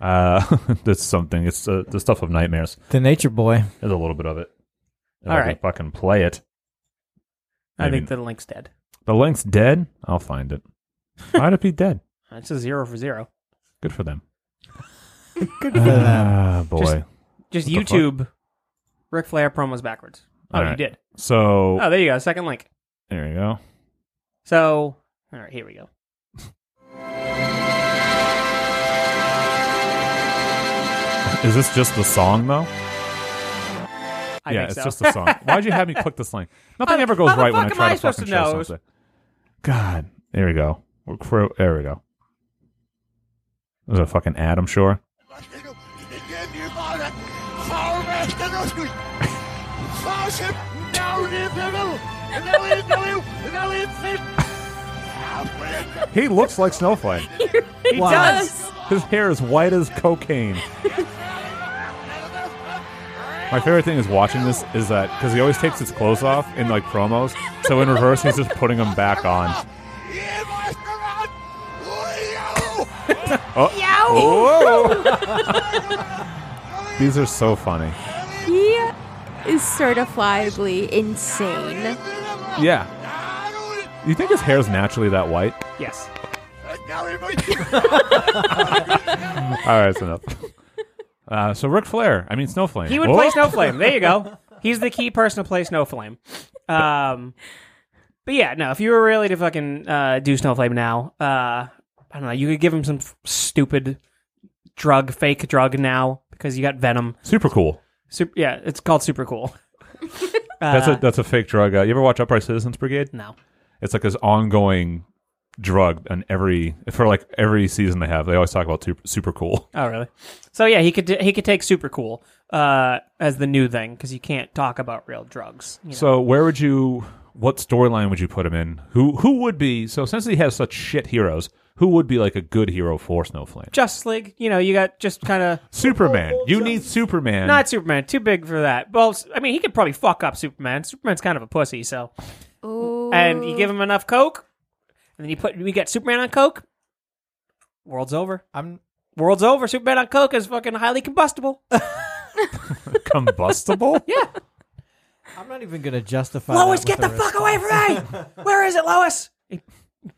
[SPEAKER 2] Uh, that's something. It's uh, the stuff of nightmares.
[SPEAKER 5] The Nature Boy.
[SPEAKER 2] There's a little bit of it. If
[SPEAKER 3] All
[SPEAKER 2] I can
[SPEAKER 3] right.
[SPEAKER 2] fucking play it.
[SPEAKER 3] I think
[SPEAKER 2] the,
[SPEAKER 3] the link's dead.
[SPEAKER 2] the link's dead. I'll find it. Why'd it be dead?
[SPEAKER 3] It's a zero for zero.
[SPEAKER 2] Good for them.
[SPEAKER 5] Good for them.
[SPEAKER 2] Ah, boy.
[SPEAKER 3] Just-
[SPEAKER 2] What
[SPEAKER 3] Just
[SPEAKER 2] the fuck?
[SPEAKER 3] YouTube Ric Flair promos backwards. Oh,
[SPEAKER 2] All
[SPEAKER 3] you
[SPEAKER 2] right.
[SPEAKER 3] did.
[SPEAKER 2] so
[SPEAKER 3] Oh, there you go. Second link.
[SPEAKER 2] there you go.
[SPEAKER 3] So, all right, here we go.
[SPEAKER 2] Is this just the song though?
[SPEAKER 3] I
[SPEAKER 2] yeah,
[SPEAKER 3] think
[SPEAKER 2] it's
[SPEAKER 3] so.
[SPEAKER 2] just the song. Why'd you have me click this link? Nothing ever goes
[SPEAKER 3] how the
[SPEAKER 2] right when I
[SPEAKER 3] fuck am
[SPEAKER 2] try
[SPEAKER 3] I
[SPEAKER 2] to
[SPEAKER 3] supposed
[SPEAKER 2] fucking
[SPEAKER 3] to
[SPEAKER 2] show
[SPEAKER 3] know?
[SPEAKER 2] something. God, there we go. We're cro- there we go. There's a fucking ad, I'm sure. He looks like Snowflake.
[SPEAKER 3] he
[SPEAKER 5] Wow.
[SPEAKER 3] does.
[SPEAKER 2] His hair is white as cocaine. My favorite thing is watching this is that because he always takes his clothes off in like promos, so in reverse he's just putting them back on. Whoa! These are so funny.
[SPEAKER 4] He is certifiably insane.
[SPEAKER 2] Yeah. You think his hair's naturally that white?
[SPEAKER 3] Yes.
[SPEAKER 2] All right, that's enough. Uh, so Ric Flair, I mean Snowflame.
[SPEAKER 3] He would play Snowflame. There you go. He's the key person to play Snowflame. Um, but yeah, no. If you were really to fucking uh, do Snowflame now, uh, I don't know. You could give him some f- stupid drug, fake drug now because you got Venom.
[SPEAKER 2] Super cool.
[SPEAKER 3] Super, yeah, it's called Super Cool.
[SPEAKER 2] That's
[SPEAKER 3] Uh,
[SPEAKER 2] a that's a fake drug. Uh, you ever watch Upright Citizens Brigade?
[SPEAKER 3] no.
[SPEAKER 2] It's like this ongoing drug on every for like every season they have. They always talk about super, super cool.
[SPEAKER 3] Oh, really? So yeah, he could he could take super cool uh, as the new thing because you can't talk about real drugs. you know.
[SPEAKER 2] So where would you? What storyline would you put him in? Who who would be? So since he has such shit heroes, who would be like a good hero for Snowflame?
[SPEAKER 3] Justice League, you know, you got just kind of
[SPEAKER 2] Superman. You need Superman.
[SPEAKER 3] not Superman, too big for that. Well, s- I mean, he could probably fuck up Superman. Superman's kind of a pussy, so
[SPEAKER 4] Ooh.
[SPEAKER 3] and you give him enough coke, and then you put we get Superman on coke. World's over.
[SPEAKER 5] I'm
[SPEAKER 3] World's over. Superman on coke is fucking highly combustible.
[SPEAKER 2] combustible. yeah.
[SPEAKER 5] I'm not even gonna justify.
[SPEAKER 3] Lois,
[SPEAKER 5] that
[SPEAKER 3] get
[SPEAKER 5] with
[SPEAKER 3] the
[SPEAKER 5] rest-
[SPEAKER 3] fuck away from me! Where is it, Lois? He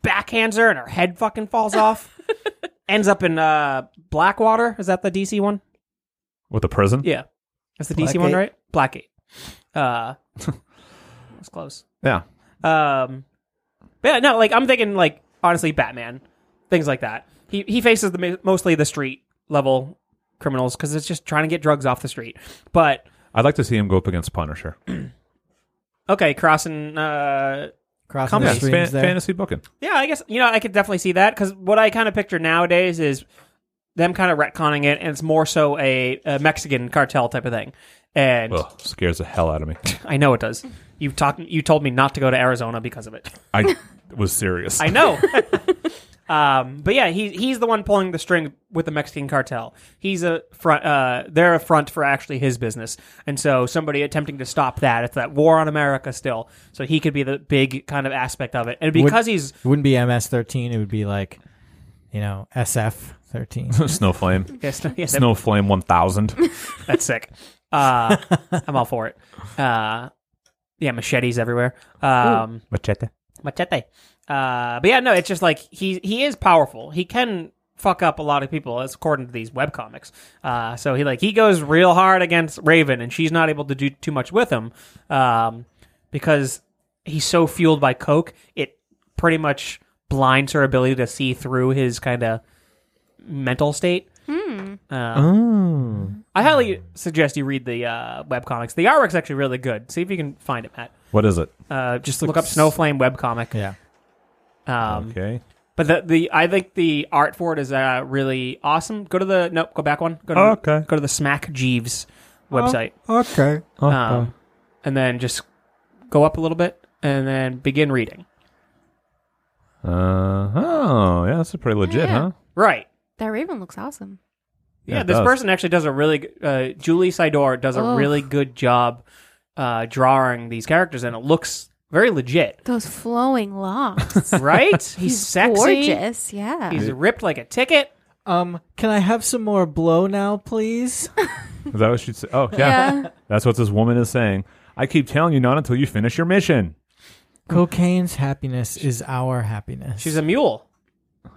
[SPEAKER 3] backhands her, and her head fucking falls off. Ends up in uh, Blackwater. Is that the DC one?
[SPEAKER 2] With the prison.
[SPEAKER 3] Yeah, that's the DC one,
[SPEAKER 5] Blackgate?
[SPEAKER 3] right? Blackgate. Uh, that's close.
[SPEAKER 2] Yeah.
[SPEAKER 3] Um, but yeah, no, like I'm thinking, like honestly, Batman, things like that. He he faces the ma- mostly the street level criminals because it's just trying to get drugs off the street. But
[SPEAKER 2] I'd like to see him go up against Punisher.
[SPEAKER 3] okay, crossing. Uh,
[SPEAKER 5] Crossing
[SPEAKER 3] Come
[SPEAKER 5] the
[SPEAKER 3] on.
[SPEAKER 2] Yeah,
[SPEAKER 5] streams
[SPEAKER 2] fan-
[SPEAKER 5] there.
[SPEAKER 2] fantasy booking.
[SPEAKER 3] yeah, I guess you know I could definitely see that because what I kind of picture nowadays is them kind of retconning it, and it's more so a, a Mexican cartel type of thing. And
[SPEAKER 2] Ugh, scares the hell out of me.
[SPEAKER 3] I know it does. You've talked. You told me not to go to Arizona because of it.
[SPEAKER 2] I was serious.
[SPEAKER 3] I know. um, but yeah, he he's the one pulling the string with the Mexican cartel. He's a front. Uh, they're a front for actually his business, and so somebody attempting to stop that. It's that war on America still. So he could be the big kind of aspect of it, and because he's
[SPEAKER 5] It wouldn't be MS13. It would be like, you know, SF13.
[SPEAKER 2] Snowflame.
[SPEAKER 3] yes, yes,
[SPEAKER 2] Snowflame 1000.
[SPEAKER 3] that's sick. Uh, I'm all for it. Uh, yeah, machetes everywhere. Um,
[SPEAKER 2] Machete.
[SPEAKER 3] machete. Uh, but yeah, no, it's just like he he is powerful. He can fuck up a lot of people, as according to these webcomics. Uh, so he like he goes real hard against Raven, and she's not able to do too much with him, um, because he's so fueled by coke, it pretty much blinds her ability to see through his kind of mental state. Uh, I
[SPEAKER 2] Hmm.
[SPEAKER 3] highly suggest you read the uh, webcomics. The artwork's actually really good. See if you can find it, Matt.
[SPEAKER 2] What is it?
[SPEAKER 3] Uh, just look up Snowflame webcomic.
[SPEAKER 5] yeah.
[SPEAKER 3] Um,
[SPEAKER 2] okay.
[SPEAKER 3] But the, the I think the art for it is uh, really awesome. Go to the nope, go back one. Go to
[SPEAKER 2] Okay.
[SPEAKER 3] go to the Smack Jeeves website,
[SPEAKER 5] Okay.
[SPEAKER 2] Oh,
[SPEAKER 3] um, and then just go up a little bit and then begin reading.
[SPEAKER 2] Uh, oh, yeah, that's pretty legit,
[SPEAKER 4] Yeah.
[SPEAKER 2] huh?
[SPEAKER 3] Right.
[SPEAKER 4] that Raven looks awesome.
[SPEAKER 2] Yeah,
[SPEAKER 3] Yeah,
[SPEAKER 2] it
[SPEAKER 3] this
[SPEAKER 2] does.
[SPEAKER 3] person actually does a really g- uh, Julie Sidor does a
[SPEAKER 4] Oh.
[SPEAKER 3] really good job uh, drawing these characters, and it looks very legit.
[SPEAKER 4] Those flowing locks.
[SPEAKER 3] Right? He's, sexy.
[SPEAKER 4] gorgeous. Yeah.
[SPEAKER 3] He's ripped like a ticket.
[SPEAKER 5] Um, can I have some more blow now, please?
[SPEAKER 2] Is that what she'd say? Oh, yeah. That's what this woman is saying. I keep telling you not until you finish your mission.
[SPEAKER 5] Cocaine's happiness is our happiness.
[SPEAKER 3] She's a mule.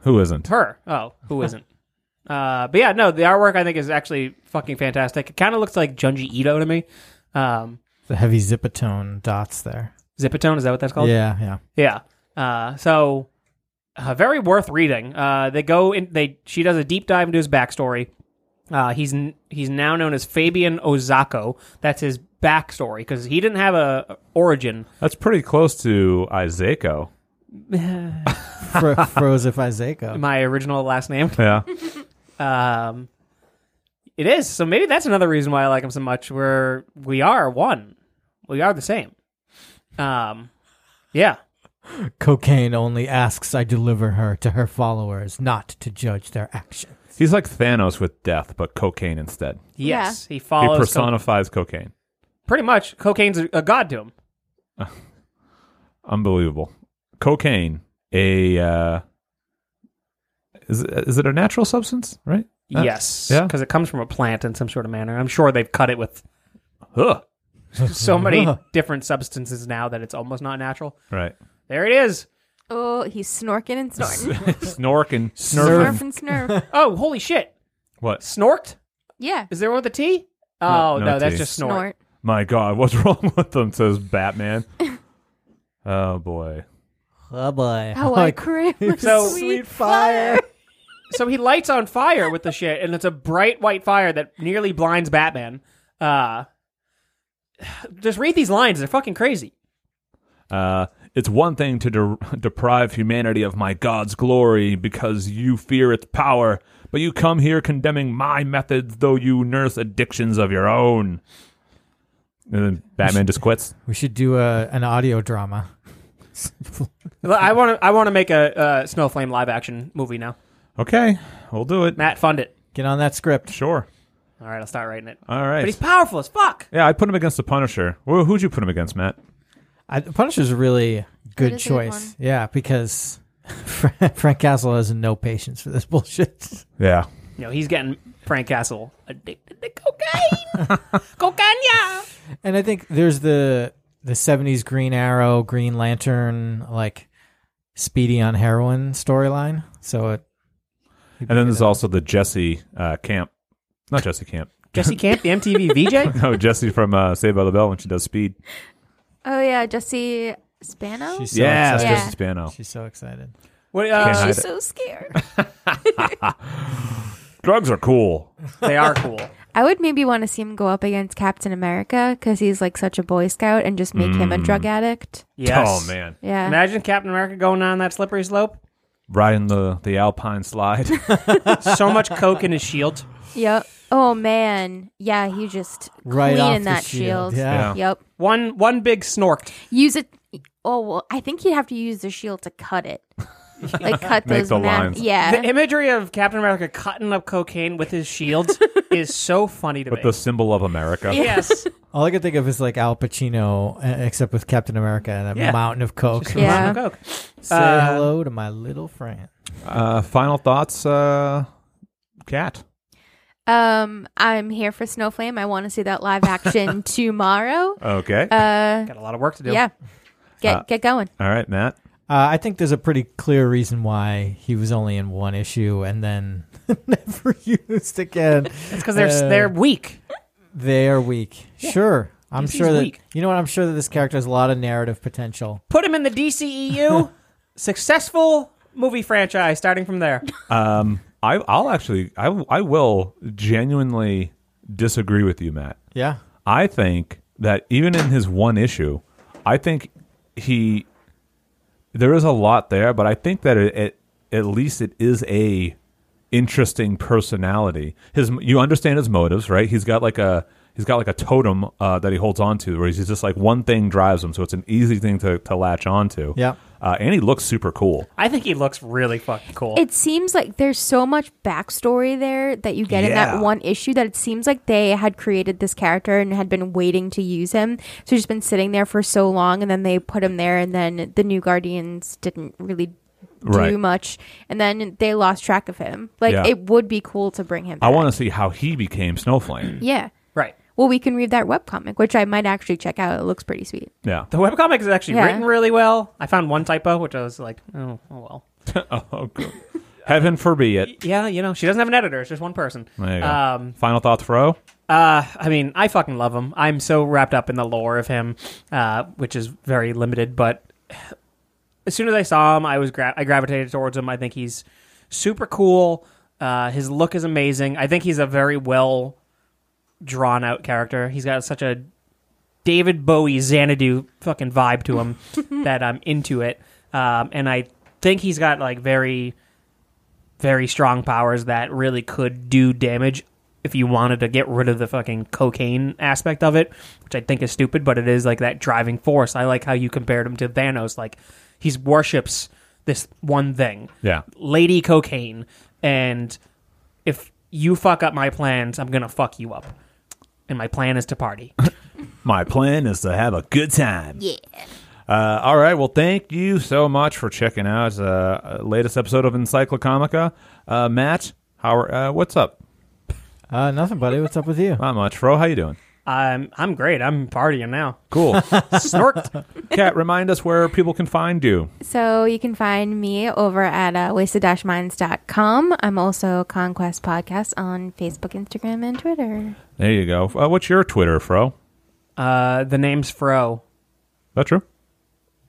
[SPEAKER 2] Who isn't?
[SPEAKER 3] Her. Oh, who isn't? uh, but yeah, no, the artwork I think is actually fucking fantastic. It kind of looks like Junji Ito to me. Um,
[SPEAKER 5] the heavy zipatone dots there.
[SPEAKER 3] Zipatone, is that what that's called?
[SPEAKER 5] Yeah, yeah.
[SPEAKER 3] Yeah. Uh, so uh, very worth reading. Uh, they go in. They she does a deep dive into his backstory. Uh, he's n- he's now known as Fabian Ozako. That's his backstory because he didn't have a a origin.
[SPEAKER 2] That's pretty close to Isako.
[SPEAKER 5] Fro- Frozifizako.
[SPEAKER 3] My original last name.
[SPEAKER 2] Yeah.
[SPEAKER 3] Um, it is so. Maybe that's another reason why I like him so much. Where we are one, we are the same. Um, yeah.
[SPEAKER 5] Cocaine only asks I deliver her to her followers, not to judge their actions.
[SPEAKER 2] He's like Thanos with death, but cocaine instead.
[SPEAKER 3] Yes, he
[SPEAKER 4] Oh,
[SPEAKER 2] He
[SPEAKER 3] follows. co-
[SPEAKER 2] personifies cocaine.
[SPEAKER 3] pretty much, cocaine's a, a god to him.
[SPEAKER 2] Unbelievable. Cocaine, a uh, is it, is it a natural substance? Right? That's-
[SPEAKER 3] Yes,
[SPEAKER 2] Yeah.
[SPEAKER 3] because it comes from a plant in some sort of manner. I'm sure they've cut it with
[SPEAKER 2] Ugh.
[SPEAKER 3] so many different substances now that it's almost not natural.
[SPEAKER 2] Right.
[SPEAKER 3] There it is.
[SPEAKER 4] Oh, he's snorking and snorting.
[SPEAKER 2] Snork and
[SPEAKER 4] Snurf
[SPEAKER 2] snurf.
[SPEAKER 4] and snurf.
[SPEAKER 3] Oh, holy shit!
[SPEAKER 2] What?
[SPEAKER 3] Snorked?
[SPEAKER 4] Yeah.
[SPEAKER 3] Is there one with a T? Oh no,
[SPEAKER 2] no
[SPEAKER 3] that's
[SPEAKER 2] T.
[SPEAKER 3] just snort.
[SPEAKER 4] Snort.
[SPEAKER 2] My God, what's wrong with them? Says Batman. oh boy.
[SPEAKER 5] Oh boy.
[SPEAKER 4] How I crave my
[SPEAKER 3] So-
[SPEAKER 4] sweet,
[SPEAKER 5] Sweet
[SPEAKER 4] fire.
[SPEAKER 5] fire.
[SPEAKER 3] So he lights on fire with the shit, and it's a bright white fire that nearly blinds Batman. Uh, just read these lines; they're fucking crazy.
[SPEAKER 2] Uh, it's one thing to de- deprive humanity of my God's glory because you fear its power, but you come here condemning my methods, though you nurse addictions of your own. And then Batman just quits.
[SPEAKER 5] We should do a, an audio drama.
[SPEAKER 3] Look, I want to. I want to make a uh, Snowflame live action movie now.
[SPEAKER 2] Okay, we'll do it.
[SPEAKER 3] Matt, fund it.
[SPEAKER 5] Get on that script.
[SPEAKER 2] Sure.
[SPEAKER 3] All right, I'll start writing it.
[SPEAKER 2] All
[SPEAKER 3] But he's
[SPEAKER 2] right.
[SPEAKER 3] powerful as fuck.
[SPEAKER 2] Yeah, I put him against the Punisher. Who, who'd you put him against, Matt?
[SPEAKER 5] I, Punisher's a really good
[SPEAKER 4] is a good
[SPEAKER 5] choice. yeah, because Fra- Frank Castle has no patience for this bullshit.
[SPEAKER 2] Yeah.
[SPEAKER 3] You know, he's getting Frank Castle addicted to cocaine. cocaine, yeah.
[SPEAKER 5] And I think there's the the '70s Green Arrow, Green Lantern, like Speedy on heroin storyline. So it.
[SPEAKER 2] And then there's also the Jesse uh, Camp. Not Jesse Camp.
[SPEAKER 3] Jesse Camp, the MTV VJ.
[SPEAKER 2] No, Jesse from uh, Saved by the Bell when she does speed.
[SPEAKER 4] Oh, yeah. Jesse Spano?
[SPEAKER 5] She's
[SPEAKER 4] She's,
[SPEAKER 5] so
[SPEAKER 2] yeah,
[SPEAKER 5] excited.
[SPEAKER 4] Yeah.
[SPEAKER 2] Jesse Spano.
[SPEAKER 5] She's so excited.
[SPEAKER 3] What,
[SPEAKER 2] Can't hide it.
[SPEAKER 3] uh,
[SPEAKER 4] Oh, so scared.
[SPEAKER 2] Drugs are cool.
[SPEAKER 3] they are cool.
[SPEAKER 4] I would maybe want to see him go up against Captain America because he's like such a Boy Scout and just make him a
[SPEAKER 5] Mm.
[SPEAKER 4] drug addict.
[SPEAKER 3] Yes.
[SPEAKER 2] Oh, man.
[SPEAKER 4] Yeah.
[SPEAKER 3] Imagine Captain America going on that slippery slope.
[SPEAKER 2] riding the the alpine slide.
[SPEAKER 3] So much coke in his shield.
[SPEAKER 4] Yep. Oh man. Yeah, he just
[SPEAKER 5] Right off
[SPEAKER 4] cleaning
[SPEAKER 5] the
[SPEAKER 4] that
[SPEAKER 5] shield,
[SPEAKER 4] shield.
[SPEAKER 5] yeah.
[SPEAKER 4] Yep.
[SPEAKER 3] One one big snorked.
[SPEAKER 4] Use it. Oh well, I think he'd have to use the shield to cut it. like cut
[SPEAKER 2] Make
[SPEAKER 4] those
[SPEAKER 2] the
[SPEAKER 4] man-
[SPEAKER 2] lines.
[SPEAKER 3] The
[SPEAKER 4] Yeah.
[SPEAKER 3] imagery of Captain America cutting up cocaine with his shield is so funny to
[SPEAKER 2] with
[SPEAKER 3] me.
[SPEAKER 2] the symbol of America.
[SPEAKER 3] yes.
[SPEAKER 5] All I could think of is like Al Pacino, uh, except with Captain America and a
[SPEAKER 3] Yeah.
[SPEAKER 5] mountain of coke.
[SPEAKER 4] Yeah.
[SPEAKER 3] Mountain of coke.
[SPEAKER 5] Say
[SPEAKER 3] Uh,
[SPEAKER 5] hello to my little friend.
[SPEAKER 2] Uh, final thoughts, uh, cat.
[SPEAKER 4] Um, I'm here for Snowflame. I want to see that live action tomorrow.
[SPEAKER 2] Okay.
[SPEAKER 4] Uh,
[SPEAKER 3] Got a lot of work to do.
[SPEAKER 4] yeah. Get
[SPEAKER 2] Uh,
[SPEAKER 4] get going.
[SPEAKER 2] All right, Matt.
[SPEAKER 5] Uh, I think there's a pretty clear reason why he was only in one issue and then never used again.
[SPEAKER 3] It's because they're
[SPEAKER 5] Uh,
[SPEAKER 3] they're weak.
[SPEAKER 5] They're weak. Sure. I'm
[SPEAKER 3] DC's
[SPEAKER 5] sure that
[SPEAKER 3] weak.
[SPEAKER 5] you know what I'm sure that this character has a lot of narrative potential.
[SPEAKER 3] Put him in the DCEU. Successful movie franchise starting from there.
[SPEAKER 2] Um, I, I'll actually, I, I will genuinely disagree with you, Matt.
[SPEAKER 5] Yeah.
[SPEAKER 2] I think that even in his one issue, I think he there is a lot there, but I think that it, it at least it is a interesting personality. His you understand his motives, right? He's got like a he's got like a totem uh, that he holds on to, where he's just like one thing drives him, so it's an easy thing to to latch onto.
[SPEAKER 5] Yeah.
[SPEAKER 2] uh, and he looks super cool.
[SPEAKER 3] I think he looks really fucking cool.
[SPEAKER 4] It seems like there's so much backstory there that you get in
[SPEAKER 2] Yeah.
[SPEAKER 4] that one issue that it seems like they had created this character and had been waiting to use him. So he's just been sitting there for so long, and then they put him there, and then the new Guardians didn't really
[SPEAKER 2] Right.
[SPEAKER 4] do much, and then they lost track of him. Like
[SPEAKER 2] Yeah.
[SPEAKER 4] it would be cool to bring him.
[SPEAKER 2] I
[SPEAKER 4] Back.
[SPEAKER 2] want to see how he became Snowflame.
[SPEAKER 4] Yeah.
[SPEAKER 3] Right.
[SPEAKER 4] Well, we can read that webcomic, which I might actually check out. It looks pretty sweet.
[SPEAKER 2] Yeah.
[SPEAKER 3] The webcomic is actually
[SPEAKER 4] Yeah.
[SPEAKER 3] written really well. I found one typo, which I was like, oh, oh well.
[SPEAKER 2] oh, good. Heaven forbid it.
[SPEAKER 3] Yeah, you know, she doesn't have an editor. It's just one person.
[SPEAKER 2] There you go.
[SPEAKER 3] Um,
[SPEAKER 2] Final thoughts, Fro?
[SPEAKER 3] uh, I mean, I fucking love him. I'm so wrapped up in the lore of him, uh, which is very limited. But as soon as I saw him, I was gra- I gravitated towards him. I think he's super cool. Uh, his look is amazing. I think he's a very well drawn out character. He's got such a David Bowie Xanadu fucking vibe to him that I'm into it. Um, and I think he's got like very, very strong powers that really could do damage if you wanted to get rid of the fucking cocaine aspect of it, which I think is stupid, but it is like that driving force. I like how you compared him to Thanos. Like he worships this one thing
[SPEAKER 2] Yeah.
[SPEAKER 3] lady cocaine and if you fuck up my plans i'm gonna fuck you up and my plan is to party
[SPEAKER 2] My plan is to have a good time. Yeah. Uh, all right. Well, thank you so much for checking out uh, latest episode of Encyclocomica. Uh, Matt, how are, uh, what's up?
[SPEAKER 5] Uh, nothing, buddy. What's up with you?
[SPEAKER 2] Not much. Fro, how you doing?
[SPEAKER 3] i'm i'm great i'm partying now
[SPEAKER 2] Cool.
[SPEAKER 3] snorked
[SPEAKER 2] Kat, remind us where people can find you.
[SPEAKER 4] So you can find me over at uh, wasted-minds.com. I'm also Conquest Podcast on Facebook, Instagram, and Twitter.
[SPEAKER 2] There you go. Uh, what's your Twitter, Fro?
[SPEAKER 3] uh the name's fro
[SPEAKER 2] That true?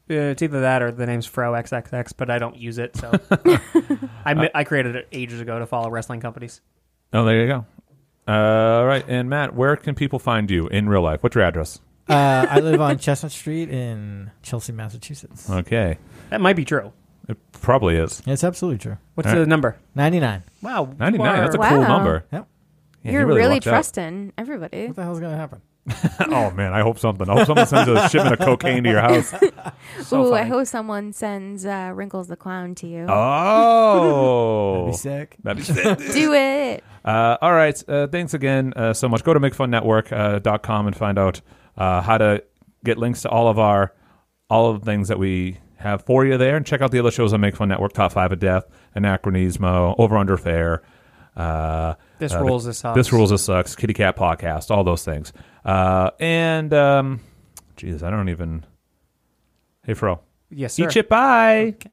[SPEAKER 3] Uh, it's either that or the name's fro xxx but i don't use it so I, mi- I created it ages ago to follow wrestling companies
[SPEAKER 2] Oh, there you go. Uh, all right. And Matt, where can people find you in real life? What's your address?
[SPEAKER 5] Uh, I live on Chestnut Street in Chelsea, Massachusetts.
[SPEAKER 2] Okay.
[SPEAKER 3] that might be true
[SPEAKER 2] It probably is.
[SPEAKER 5] It's absolutely true.
[SPEAKER 3] what's
[SPEAKER 2] All right.
[SPEAKER 3] the number
[SPEAKER 5] Ninety-nine.
[SPEAKER 3] wow you
[SPEAKER 2] 99. That's a
[SPEAKER 3] are-
[SPEAKER 4] Wow.
[SPEAKER 2] cool number.
[SPEAKER 5] Yep.
[SPEAKER 2] Yeah,
[SPEAKER 4] You're
[SPEAKER 2] he
[SPEAKER 4] really,
[SPEAKER 2] lucked out.
[SPEAKER 4] trusting everybody.
[SPEAKER 5] What the hell's gonna happen?
[SPEAKER 2] oh, man. I hope something. I hope someone sends a shipment of cocaine to your house.
[SPEAKER 3] so
[SPEAKER 4] Ooh, I
[SPEAKER 3] funny.
[SPEAKER 4] hope someone sends uh, Wrinkles the Clown to you.
[SPEAKER 2] Oh.
[SPEAKER 5] Be sick.
[SPEAKER 2] That'd be sick.
[SPEAKER 4] Do it.
[SPEAKER 2] Uh, all right. Uh, thanks again uh, so much. Go to makefunnetwork.com and find out uh, how to get links to all of our all of the things that we have for you there. And check out the other shows on Make Fun Network: Top Five of Death, Anachronismo, Over Under Fair. Uh,
[SPEAKER 3] this
[SPEAKER 2] uh,
[SPEAKER 3] rules this house
[SPEAKER 2] This rules. This sucks. Kitty Cat podcast. All those things. Uh, and um, geez, I don't even. Hey, Fro.
[SPEAKER 3] yes sir
[SPEAKER 2] Eat it. Bye.